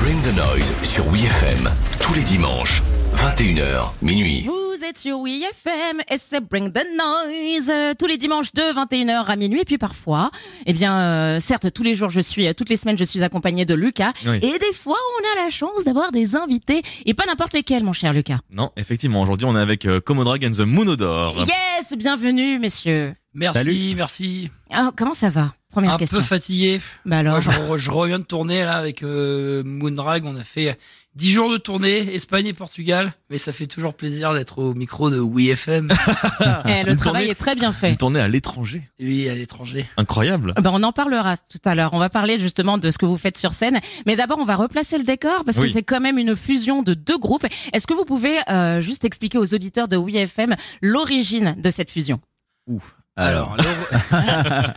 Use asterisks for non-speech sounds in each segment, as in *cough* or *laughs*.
Bring the Noise sur WFM. Tous les dimanches, 21h, minuit. Vous êtes sur WeFM et c'est Bring the Noise euh, tous les dimanches de 21h à minuit et puis parfois, eh bien euh, certes tous les jours je suis, euh, toutes les semaines je suis accompagnée de Lucas Oui. et des fois on a la chance d'avoir des invités et pas n'importe lesquels mon cher Lucas. Non, effectivement, aujourd'hui on est avec euh, Commodore and the Moonodore. Yes, bienvenue messieurs. Merci, Salut. merci. Ah, comment ça va Première un question. peu fatigué. Bah alors, Moi, je, re- je reviens de tourner là avec euh, Moondrag. On a fait 10 jours de tournée, Espagne et Portugal. Mais ça fait toujours plaisir d'être au micro de WeFM. eh, le travail Une tournée- est très bien fait. Une tournée à l'étranger. *laughs* oui, à l'étranger. Incroyable. Ben, on en parlera tout à l'heure. On va parler justement de ce que vous faites sur scène. Mais d'abord, on va replacer le décor parce que Oui. c'est quand même une fusion de deux groupes. Est-ce que vous pouvez euh, juste expliquer aux auditeurs de WeFM l'origine de cette fusion Alors, l'or-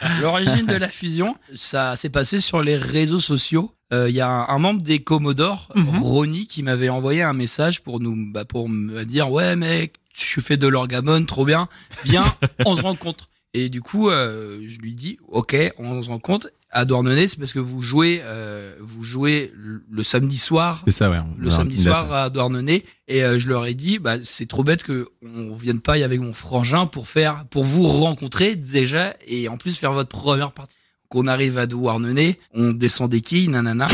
*laughs* l'origine de la fusion, ça s'est passé sur les réseaux sociaux. Euh, Il y a un, un membre des Commodores, Mhm. Ronnie, qui m'avait envoyé un message pour nous, bah, pour me dire ouais mec, tu fais de l'orgamone, trop bien, viens, on se rencontre. Et du coup, euh, je lui dis ok, on se rencontre à Douarnenez, c'est parce que vous jouez, euh, vous jouez le le samedi soir ça, ouais. le samedi Bah, soir à Douarnenez et euh, je leur ai dit bah c'est trop bête que on vienne pas y avec mon frangin pour faire pour vous rencontrer déjà et en plus faire votre première partie qu'on arrive à Douarnenez on descend des quilles nanana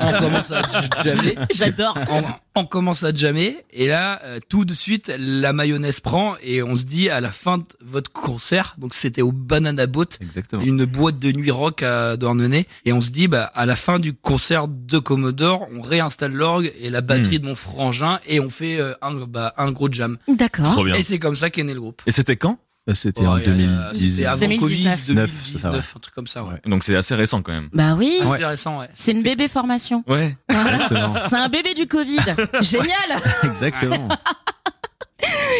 on commence à jamais J'adore. on, on commence à jammer et là euh, tout de suite la mayonnaise prend et on se dit à la fin de votre concert donc c'était au Banana Boat Exactement. une boîte de nuit rock à Douarnenez. Et on se dit, bah, à la fin du concert de Commodore, on réinstalle l'orgue et la batterie Hmm. de mon frangin et on fait euh, un, bah, un gros jam. D'accord. Trop bien. Et c'est comme ça qu'est né le groupe. Et c'était quand Oh, C'était en Ouais, euh, 2018. c'était avant 2019. Covid, 2019, c'est ça, ouais. un truc comme ça, ouais. Ouais. Donc c'est assez récent quand même. Bah oui, Ah, C'est récent, ouais. c'est une bébé formation. Ouais. Exactement. C'est un bébé du Covid. *laughs* Génial. Exactement.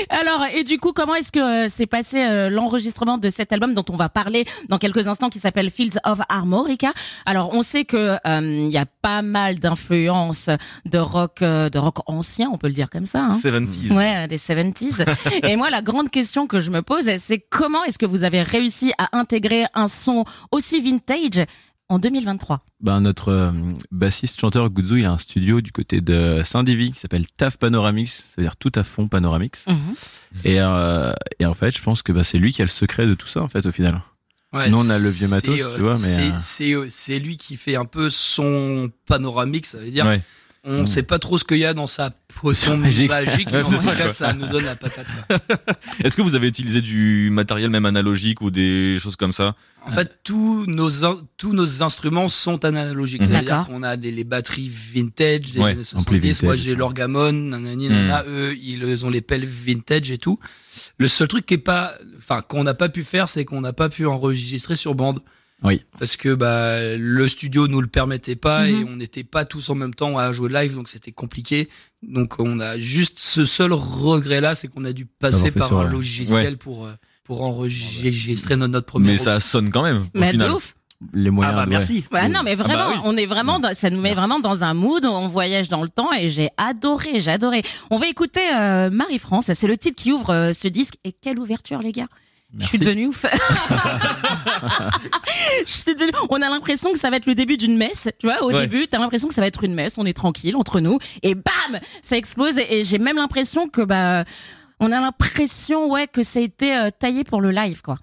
Alors, et du coup, comment est-ce que euh, s'est passé euh, l'enregistrement de cet album dont on va parler dans quelques instants qui s'appelle Fields of Armorica Alors, on sait que euh, il y a pas mal d'influences de rock, euh, de rock ancien, on peut le dire comme ça. Hein. 70s. Ouais, euh, des 70s. et moi, la grande question que je me pose, c'est comment est-ce que vous avez réussi à intégrer un son aussi vintage en 2023 ben, notre euh, bassiste chanteur Guzzo, il a un studio du côté de Saint-Divy qui s'appelle TAF Panoramix, c'est-à-dire tout à fond Panoramix. Mhm. Et, euh, et en fait, je pense que bah, c'est lui qui a le secret de tout ça, en fait, au final. Ouais, Nous, on a le vieux c'est, matos, euh, tu vois, mais, c'est- euh, C'est euh, c'est lui qui fait un peu son panoramique, ça veut dire. Ouais. On Mm. sait pas trop ce qu'il y a dans sa potion magique, Magique. *laughs* mais Ouais, en c'est tout ça, cas, quoi. ça nous donne la patate. quoi. Est-ce que vous avez utilisé du matériel même analogique ou des choses comme ça En fait, tous nos, in- tous nos instruments sont analogiques. C'est-à-dire Mhm. D'accord. qu'on a des, les batteries vintage des Ouais, années ampli 70. Moi, vintage. Mhm. j'ai l'orgamone, nanani, nanana. Eux, ils ont les pelles vintage et tout. Le seul truc qui est pas, enfin, qu'on n'a pas pu faire, c'est qu'on n'a pas pu enregistrer sur bande. Oui. Parce que, bah, le studio nous le permettait pas et Mhm. on n'était pas tous en même temps à jouer live, donc c'était compliqué. Donc, on a juste ce seul regret-là, c'est qu'on a dû passer D'avoir fait par sur, un euh, logiciel pour, euh, pour enregistrer bah. notre, notre premier Mais ça sonne quand même. au Oh, Mais de final. ouf Les Ah moyens. bah ouais. merci. Ouais, non, mais vraiment, bah oui. on est vraiment, dans- ça nous met vraiment dans un mood. On voyage dans le temps et j'ai adoré, j'ai adoré. On va écouter euh, Marie-France. C'est le titre qui ouvre euh, ce disque. Et quelle ouverture, les gars! Je Merci. suis devenue *laughs* ouf. Je suis devenue- On a l'impression que ça va être le début d'une messe. Tu vois, au Ouais. début, t'as l'impression que ça va être une messe. On est tranquille entre nous. Et bam! Ça explose. Et, et j'ai même l'impression que, bah, on a l'impression, ouais, que ça a été euh, taillé pour le live, quoi.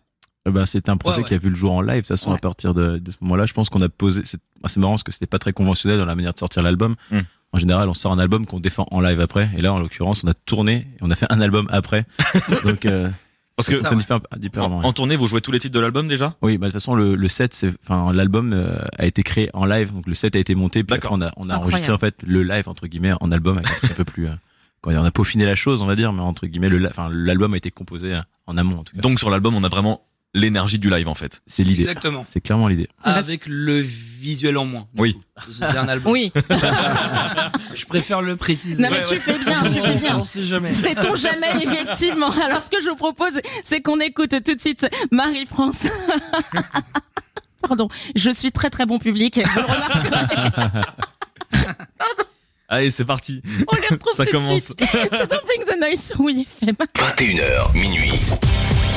Euh, ben, c'est un projet Ouais, ouais. qui a vu le jour en live. De toute façon, Ouais. à partir de, de ce moment-là, je pense qu'on a posé. C'est ah, c'est marrant parce que c'était pas très conventionnel dans la manière de sortir l'album. Mm. En général, on sort un album qu'on défend en live après. Et là, en l'occurrence, on a tourné et on a fait un album *laughs* après. Donc, euh, Parce que C'est ça, ça ouais. me fait un en, différemment. en tournée, vous jouez tous les titres de l'album déjà Oui, bah, de toute façon, le, le set, c'est, enfin, l'album euh, a été créé en live, donc le set a été monté, puis D'accord. après, on a, on a Incroyable. enregistré en fait le live entre guillemets en album avec un truc un peu plus. euh, quand on a peaufiné la chose, on va dire, mais entre guillemets, le, li- enfin, l'album a été composé euh, en amont en tout cas. Donc sur l'album, on a vraiment l'énergie du live en fait. c'est l'idée. Exactement. C'est clairement l'idée. Ah bah, Avec le visuel en moins. du Oui. coup. Parce que C'est un album. Oui. Je préfère le préciser. Non, mais tu fais bien, tu fais bien. On sait jamais. Sait-on jamais, effectivement. Alors, ce que je vous propose, c'est qu'on écoute tout de suite Marie-France. *laughs* Pardon, je suis très très bon public. Vous le remarquerez. Allez, c'est parti. On les retrouve Ça tout commence. de suite. C'est dans Bring the Noise sur WeFM. 21h, minuit.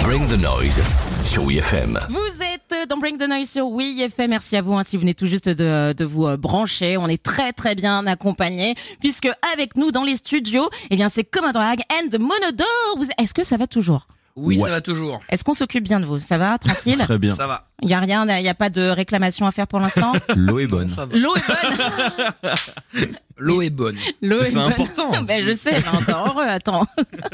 Bring the Noise sur WFM. Vous êtes dans Break the Noise sur Oui effet. Merci à vous hein, si vous venez tout juste de, de vous euh, brancher. On est très très bien accompagnés puisque avec nous dans les studios, eh bien c'est Commodore and Monodore. Vous... Est-ce que ça va toujours Oui, Ouais. ça va toujours. Est-ce qu'on s'occupe bien de vous Ça va tranquille Très bien. Ça va. Il y a rien, il y a pas de réclamation à faire pour l'instant. L'eau est bonne. Ça va. L'eau est bonne. L'eau est bonne. *laughs* L'eau est C'est bonne. *laughs* important. ben, je sais, mais encore heureux, attends. *laughs*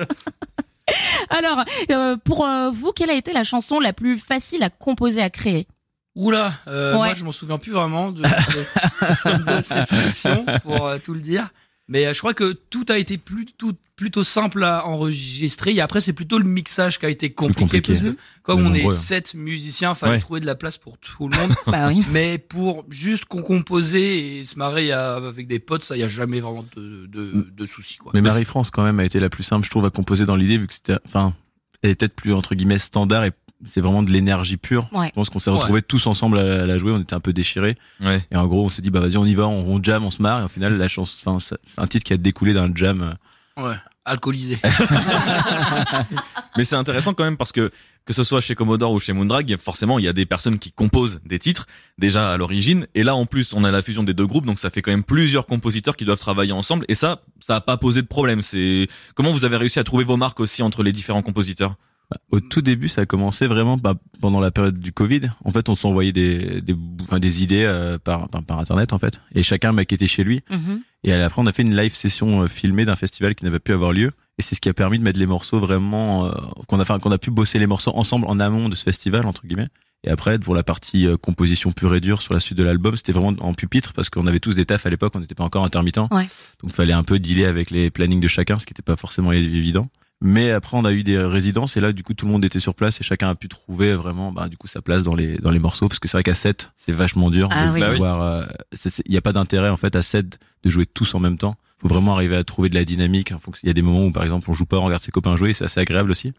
Alors, euh, pour euh, vous, quelle a été la chanson la plus facile à composer, à créer Oula, euh, Ouais. moi je m'en souviens plus vraiment de, de- de cette session pour euh, tout le dire. Mais euh, je crois que tout a été plutôt, plutôt simple à enregistrer. Et après, c'est plutôt le mixage qui a été compliqué. compliqué. Parce que comme Mais on est nombreux. hein. sept musiciens, fallait Ouais. trouver de la place pour tout le monde. Bah oui. Mais pour juste qu'on composait et se marrer à- avec des potes, ça, il n'y a jamais vraiment de, de, de soucis. Quoi. Mais Marie-France, quand même, a été la plus simple, je trouve, à composer dans l'idée, vu que c'était. Enfin, elle est peut-être plus, entre guillemets, standard et c'est vraiment de l'énergie pure. Ouais. Je pense qu'on s'est retrouvés tous ensemble à la- à la jouer, on était un peu déchirés. Ouais. Et en gros, on s'est dit, bah vas-y, on y va, on, on jam, on se marre. Et au final, la chanson, enfin, ça- c'est un titre qui a découlé d'un jam. euh, Ouais, alcoolisé. Mais c'est intéressant quand même parce que que ce soit chez Commodore ou chez Moondrag, forcément il y a des personnes qui composent des titres déjà à l'origine. Et là en plus on a la fusion des deux groupes, donc ça fait quand même plusieurs compositeurs qui doivent travailler ensemble. Et ça, ça a pas posé de problème. C'est comment vous avez réussi à trouver vos marques aussi entre les différents compositeurs bah, au tout début, ça a commencé vraiment bah, pendant la période du Covid. En fait, on s'envoyait des, des, bou- enfin, des idées euh, par, par, par Internet, en fait. Et chacun maquettait chez lui. *laughs* Mhm. Et à la fin, on a fait une live session euh, filmée d'un festival qui n'avait pu avoir lieu. Et c'est ce qui a permis de mettre les morceaux vraiment, euh, qu'on a, enfin, qu'on a pu bosser les morceaux ensemble en amont de ce festival, entre guillemets. Et après, pour la partie euh, composition pure et dure sur la suite de l'album, c'était vraiment en pupitre parce qu'on avait tous des tafs à l'époque, on n'était pas encore intermittents. Ouais. Donc, fallait un peu dealer avec les plannings de chacun, ce qui n'était pas forcément é- évident. Mais après, on a eu des résidences et là, du coup, tout le monde était sur place et chacun a pu trouver vraiment, bah, du coup, sa place dans les, dans les morceaux parce que c'est vrai qu'à 7, c'est vachement dur Ah de oui. Bah oui. pouvoir, euh, c'est- c'est- il n'y a pas d'intérêt, en fait, à 7 de jouer tous en même temps. Faut vraiment arriver à trouver de la dynamique. hein. en fonction- Il y a des moments où, par exemple, on joue pas, on regarde ses copains jouer, c'est assez agréable aussi.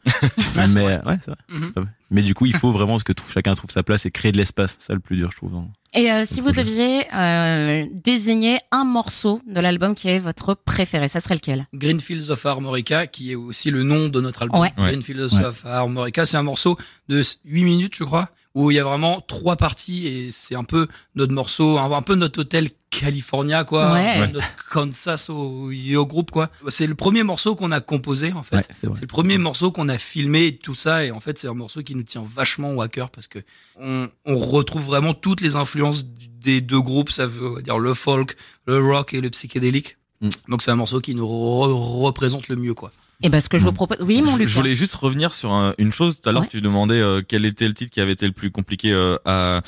mais, c'est ouais, c'est vrai. Mhm. Pas mal. mais du coup, il faut vraiment que tout- chacun trouve sa place et créer de l'espace. C'est ça le plus dur, je trouve. hein. Et euh, si vous projet. deviez euh, désigner un morceau de l'album qui est votre préféré, ça serait lequel Greenfields of Armorica, qui est aussi le nom de notre album. Ouais. Ouais. Greenfields Ouais. of Armorica, c'est un morceau de 8 minutes, je crois, où il y a vraiment trois parties et c'est un peu notre morceau, un, un peu notre hôtel California, quoi. Ouais. un peu Notre Kansas au, au groupe, quoi. C'est le premier morceau qu'on a composé, en fait. Ouais, c'est vrai. C'est le premier morceau qu'on a filmé et tout ça et en fait c'est un morceau qui nous tient vachement à cœur parce que on, on retrouve vraiment toutes les influences des deux groupes, ça veut dire le folk, le rock et le psychédélique. Mm. Donc c'est un morceau qui nous re- représente le mieux quoi. Et ben ce que je vous propose, oui mon Je- Lucas. Je voulais juste revenir sur un- une chose. Tout à l'heure, Ouais. tu demandais euh, quel était le titre qui avait été le plus compliqué euh, à,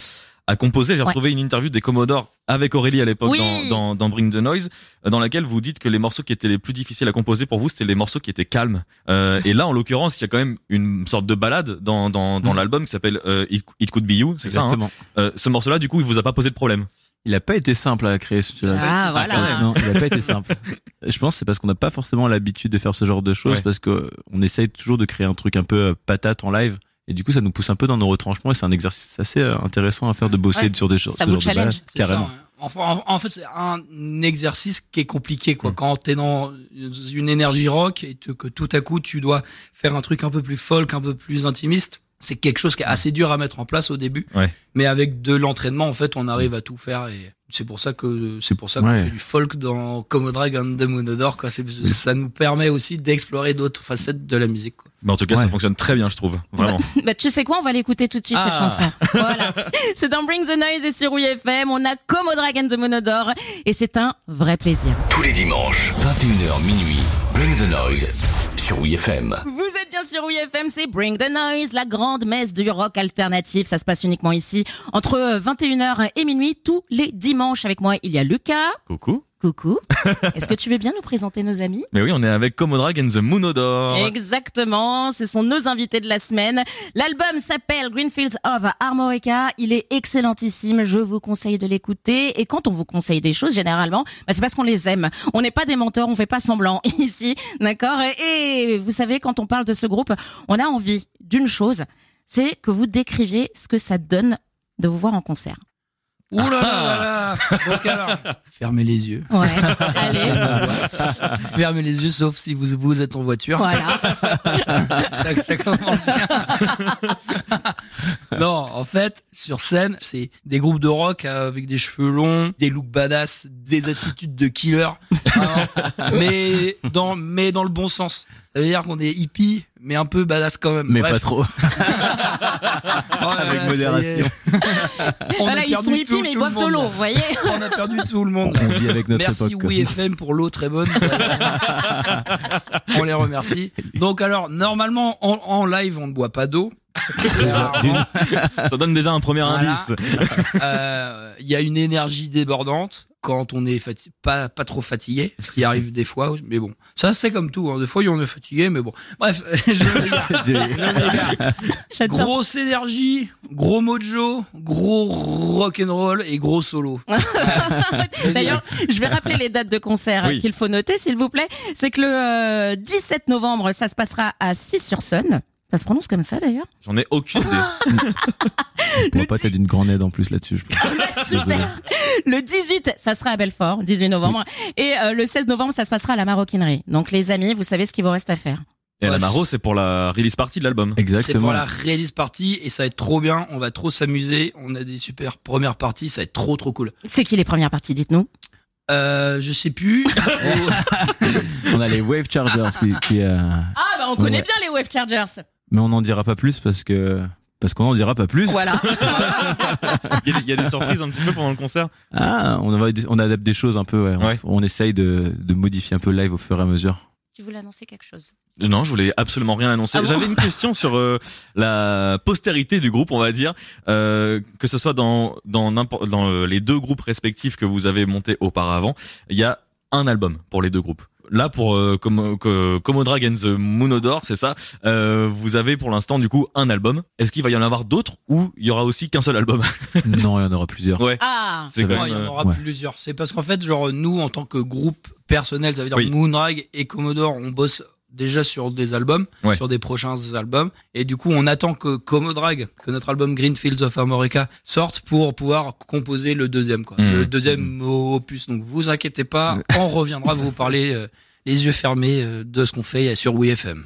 à composer. J'ai Ouais. retrouvé une interview des Commodores avec Aurélie à l'époque Oui. dans, dans, dans Bring the Noise, euh, dans laquelle vous dites que les morceaux qui étaient les plus difficiles à composer pour vous, c'était les morceaux qui étaient calmes. Euh, et là, en l'occurrence, il y a quand même une sorte de balade dans, dans, dans Mm. l'album qui s'appelle euh, It, It Could Be You. C'est ça. hein Exactement. Euh, ce morceau-là, du coup, il vous a pas posé de problème. Il a pas été simple à créer celui-là. Ah, voilà. Non, il a pas été simple. Je pense que c'est parce qu'on n'a pas forcément l'habitude de faire ce genre de choses, Ouais. parce qu'on essaye toujours de créer un truc un peu euh, patate en live. Et du coup, ça nous pousse un peu dans nos retranchements et c'est un exercice assez euh, intéressant à faire de bosser Ouais. sur des choses. Ça ce vous genre de challenge, balades. C'est Carrément. ça, hein. ouais. Enfin, en, en fait c'est un exercice qui est compliqué quoi. Mm. Quand t'es dans une énergie rock et te- que tout à coup tu dois faire un truc un peu plus folk, un peu plus intimiste. C'est quelque chose qui est assez dur à mettre en place au début, Ouais. mais avec de l'entraînement, en fait, on arrive à tout faire et c'est pour ça que c'est pour ça qu'on Ouais. fait du folk dans Comodrag and the Monodore, quoi. C'est- Ça nous permet aussi d'explorer d'autres facettes de la musique. Quoi. Mais en tout cas, Ouais. ça fonctionne très bien, je trouve. Vraiment. Bah, tu sais quoi, on va l'écouter tout de suite Ah. cette chanson. *laughs* Voilà. c'est dans Bring the Noise et sur UFM. On a comme au Dragon de Monodore et c'est un vrai plaisir. Tous les dimanches, 21h minuit, Bring the Noise sur WeFM. Vous êtes bien sûr oui FM, c'est Bring the Noise, la grande messe du rock alternatif. Ça se passe uniquement ici, entre euh, 21h et minuit, tous les dimanches. Avec moi, il y a Lucas. Coucou. Coucou. Est-ce que tu veux bien nous présenter nos amis Mais oui, on est avec Commodore and the Moonodore. Exactement, ce sont nos invités de la semaine. L'album s'appelle Greenfields of Armorica. Il est excellentissime, je vous conseille de l'écouter. Et quand on vous conseille des choses, généralement, bah, c'est parce qu'on les aime. On n'est pas des menteurs, on fait pas semblant *laughs* ici, d'accord Et vous savez, quand on parle de ce groupe, on a envie d'une chose, c'est que vous décriviez ce que ça donne de vous voir en concert. Ouh là là là là Donc alors, fermez les yeux. *laughs* Ouais, allez, fermez les yeux, sauf si vous, vous êtes en voiture. voilà. *laughs* Ça, ça commence bien. non, en fait, sur scène, c'est des groupes de rock euh, avec des cheveux longs, des looks badass, des attitudes de killer, *laughs* Vraiment. mais dans mais dans le bon sens. Ça veut dire qu'on est hippie, mais un peu badass quand même. Mais Bref. pas trop. Oh là Avec là, *laughs* ça modération. y est. On voilà, a ils perdu sont hippies, tout- mais ils tout boivent le de monde, l'eau, là. vous *laughs* voyez On a perdu tout le monde. On vit avec *laughs* notre Merci époque. Oui FM pour l'eau très *laughs* bonne. on les remercie. Donc alors normalement en, en live on ne boit pas d'eau. Rarement. *laughs* Ça donne déjà un premier Voilà. indice. Euh, Il y a une énergie débordante quand on est fati- pas pas trop fatigué, ce qui arrive des fois. Mais bon, ça c'est comme tout. hein. Des fois on est fatigué, mais bon. Bref, *laughs* je regarde. J'adore. Grosse énergie, gros mojo, gros rock'n'roll et gros solo. D'ailleurs, je vais rappeler les dates de concert Oui. qu'il faut noter, s'il vous plaît. C'est que le euh, 17 novembre, ça se passera à 6 sur Sun. Ça se prononce comme ça, d'ailleurs J'en ai aucune idée. On pourrait pas être d'une grande aide en plus là-dessus, je pense. Bah, Super. Le 18, ça sera à Belfort, 18 novembre. Et euh, le 16 novembre, ça se passera à la maroquinerie. Donc, les amis, vous savez ce qu'il vous reste à faire. Et la Ouais, Maro, c'est- c'est pour la release party de l'album. C'est pour Exactement. la release party et ça va être trop bien. On va trop s'amuser. On a des super premières parties. Ça va être trop trop cool. C'est qui les premières parties, dites-nous Euh, je *laughs* sais plus. Oh, On a les Wave Chargers qui, qui, euh, Ah, bah, on connaît Ouais. bien les Wave Chargers. mais on n'en dira pas plus parce que parce qu'on n'en dira pas plus. Voilà. Il y, a, il y a des surprises un petit peu pendant le concert. Ah, on, va- on adapte des choses un peu. ouais. On- Ouais. On, essaye de, de modifier un peu le live au fur et à *laughs* mesure. *laughs* tu voulais annoncer quelque chose Non, je voulais absolument rien annoncer. Ah bon J'avais une question sur euh, la postérité du groupe, on va dire, Euh, que ce soit dans dans, n'importe- dans euh, les deux groupes respectifs que vous avez montés auparavant, il y a un album pour les deux groupes. Là, pour euh, Com- que- Comodrag and the Moonodore, c'est ça. euh, vous avez pour l'instant du coup un album. Est-ce qu'il va y en avoir d'autres ou il y aura aussi qu'un seul album non, il y en aura plusieurs. Ouais. Ah C'est quand non, il y même, en euh, aura ouais. plusieurs. C'est parce qu'en fait, genre nous en tant que groupe personnel, ça veut dire Oui. Moonrag et Commodore, on bosse déjà sur des albums, Ouais. sur des prochains albums. Et du coup, on attend que Comodrag, que notre album Greenfields of America sorte pour pouvoir composer le deuxième, quoi. Mhm. Le deuxième opus. Donc, vous inquiétez pas, on reviendra vous parler euh, les yeux fermés euh, de ce qu'on fait sur WeFM.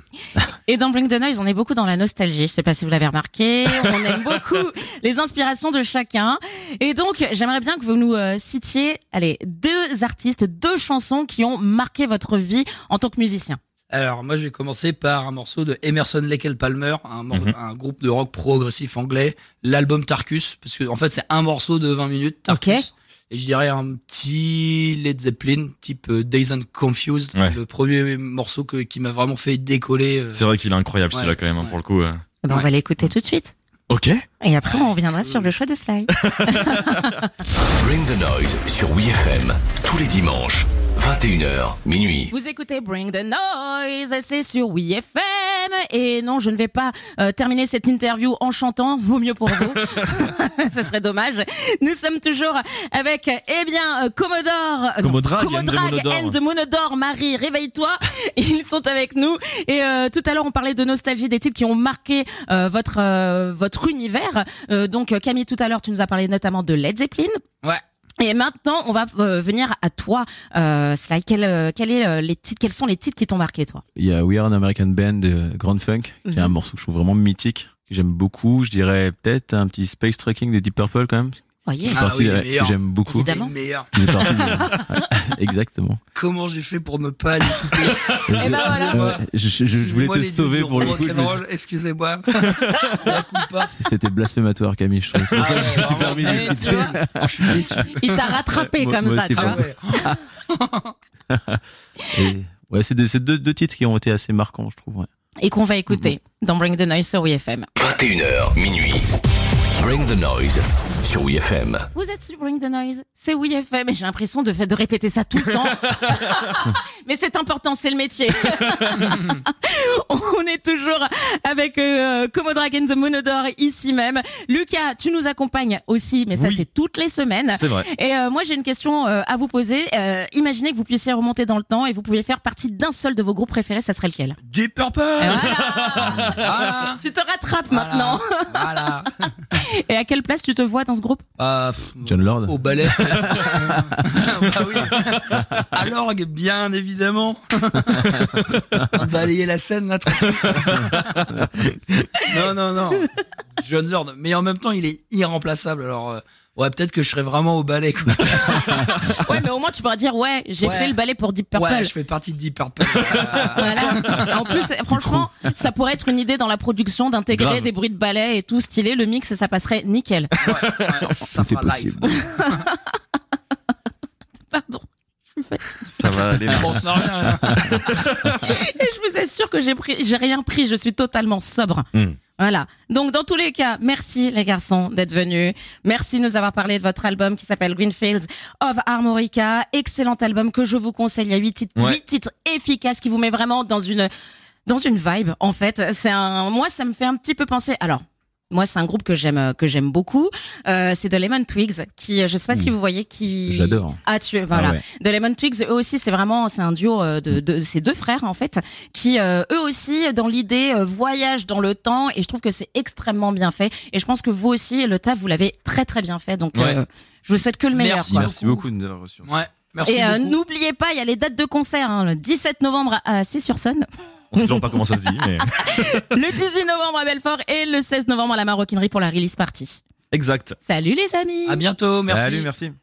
Et dans Blink the Noise, on est beaucoup dans la nostalgie. Je sais pas si vous l'avez remarqué. On aime beaucoup les inspirations de chacun. Et donc, j'aimerais bien que vous nous euh, citiez, allez, deux artistes, deux chansons qui ont marqué votre vie en tant que musicien. Alors, moi, je vais commencer par un morceau de Emerson, Lake and Palmer, un, mor- Mhm. un groupe de rock progressif anglais, l'album Tarkus, parce que, en fait, c'est un morceau de 20 minutes, Tarkus. Ok. Et je dirais un petit Led Zeppelin, type euh, Days and Confused, Ouais. le premier morceau que, qui m'a vraiment fait décoller. euh. C'est vrai qu'il est incroyable Ouais, celui-là quand même hein, ouais. pour le coup. euh. Eh ben, On Ouais. va l'écouter tout de suite. Ok. Et après, Ouais. on reviendra sur le choix de Sly. Bring the Noise sur WeFM. Tous les dimanches, 21h, minuit. Vous écoutez Bring the Noise, c'est sur WeFM. Et non, je ne vais pas euh, terminer cette interview en chantant, vaut mieux pour vous. *laughs* Ce serait dommage. Nous sommes toujours avec, eh bien, euh, Commodore. euh, non, Commodrag Ah, and the Commodrag Monodore. and the Monodore. Marie, réveille-toi. *laughs* Ils sont avec nous. Et euh, tout à l'heure, on parlait de nostalgie, des titres qui ont marqué euh, votre, euh, votre univers. Euh, donc, euh, Camille, tout à l'heure, tu nous as parlé notamment de Led Zeppelin. Ouais. Et maintenant, on va euh, venir à toi, euh, Sly. Quel, euh, quel est, euh, les titres, quels sont les titres qui t'ont marqué, toi Il y a We Are an American Band de Grand Funk, qui est un Mhm. morceau que je trouve vraiment mythique, que j'aime beaucoup. Je dirais peut-être un petit Space Trucking de Deep Purple quand même. Voyez. Ah Partie oui, de- les meilleurs. que j'aime beaucoup. Évidemment. Et meilleur. Qui fait partie de- Ouais, *laughs* Exactement. Comment j'ai fait pour ne pas les *laughs* citer Eh ben voilà. Ouais, je, je- je voulais Excusez-moi, te les yeux sauver du pour le coup. mais rock'n'roll, *laughs* Excusez-moi. La coupe pas. je- C'était blasphématoire, Camille, je trouve. Ah ouais, suis vraiment. permis de Eh, le tu citer. vois, Je suis déçu. Il t'a rattrapé Moi- comme moi ça, aussi, tu vois. pardon. Ah ouais. Et- ouais, c'est des- c'est deux, deux titres qui ont été assez marquants, je trouve. ouais. Et qu'on va écouter Mm-hmm. dans Bring the Noise sur WeFM. 21h, minuit. Bring the Noise sur WeFM. Vous êtes sur Bring the Noise, c'est WeFM. Et j'ai l'impression de, fait- de répéter ça tout le *laughs* temps. Mais c'est important, c'est le *laughs* métier. On est toujours avec euh, Commodore and the Monodore ici même. Lucas, tu nous accompagnes aussi, mais ça Oui. c'est toutes les semaines. C'est vrai. Et euh, moi, j'ai une question euh, à vous poser. Euh, imaginez que vous puissiez remonter dans le temps et vous pouviez faire partie d'un seul de vos groupes préférés, ça serait lequel Deep Purple Voilà Voilà. *laughs* Tu te rattrapes Voilà. maintenant. Voilà. *laughs* Et à quelle place tu te vois dans dans ce groupe Ah, pff, John Lord. Au ballet. bah oui. À l'orgue, bien évidemment. On balayait la scène, là, tranquille. Non, non, non. John Lord. Mais en même temps, il est irremplaçable. Alors, euh, ouais, peut-être que je serais vraiment au ballet, quoi. Ouais, mais au moins tu pourras dire ouais, j'ai Ouais. fait le ballet pour Deep Purple. Ouais, je fais partie de Deep Purple. Euh, Voilà. En plus, franchement, ça pourrait être une idée dans la production d'intégrer Grave. des bruits de ballet et tout stylé. Le mix, ça passerait nickel. ouais, ça Tout est fera live. possible. Pardon. Ça va *laughs* aller. Bon, on se marre bien, hein. Et *laughs* je vous assure que j'ai pris, j'ai rien pris. Je suis totalement sobre. Hmm. Voilà. Donc, dans tous les cas, merci les garçons d'être venus. Merci de nous avoir parlé de votre album qui s'appelle Greenfields of Armorica. Excellent album que je vous conseille. Il y a huit titres, Ouais. huit titres efficaces qui vous met vraiment dans une, dans une vibe, en fait. C'est un, moi, ça me fait un petit peu penser. Alors. Moi, c'est un groupe que j'aime, que j'aime beaucoup. Euh, c'est The Lemon Twigs, qui, euh, je sais pas Hmm. si vous voyez, qui. J'adore. Ah, tu, voilà. Ah ouais. The Lemon Twigs, eux aussi, c'est vraiment, c'est un duo euh, de, de ces deux frères en fait, qui euh, eux aussi, dans l'idée, euh, voyagent dans le temps, et je trouve que c'est extrêmement bien fait. Et je pense que vous aussi, le taf, vous l'avez très très bien fait. Donc, Ouais. euh, je vous souhaite que le meilleur. Merci. quoi. Merci beaucoup de nous avoir reçus. Ouais, merci. Et euh, beaucoup. n'oubliez pas, il y a les dates de concert, hein, le 17 novembre à Cé-sur-Saône, On sait toujours pas comment ça se dit, mais. le 18 novembre à Belfort et le 16 novembre à la Maroquinerie pour la release party. Exact. Salut les amis À bientôt. Merci. Salut, merci.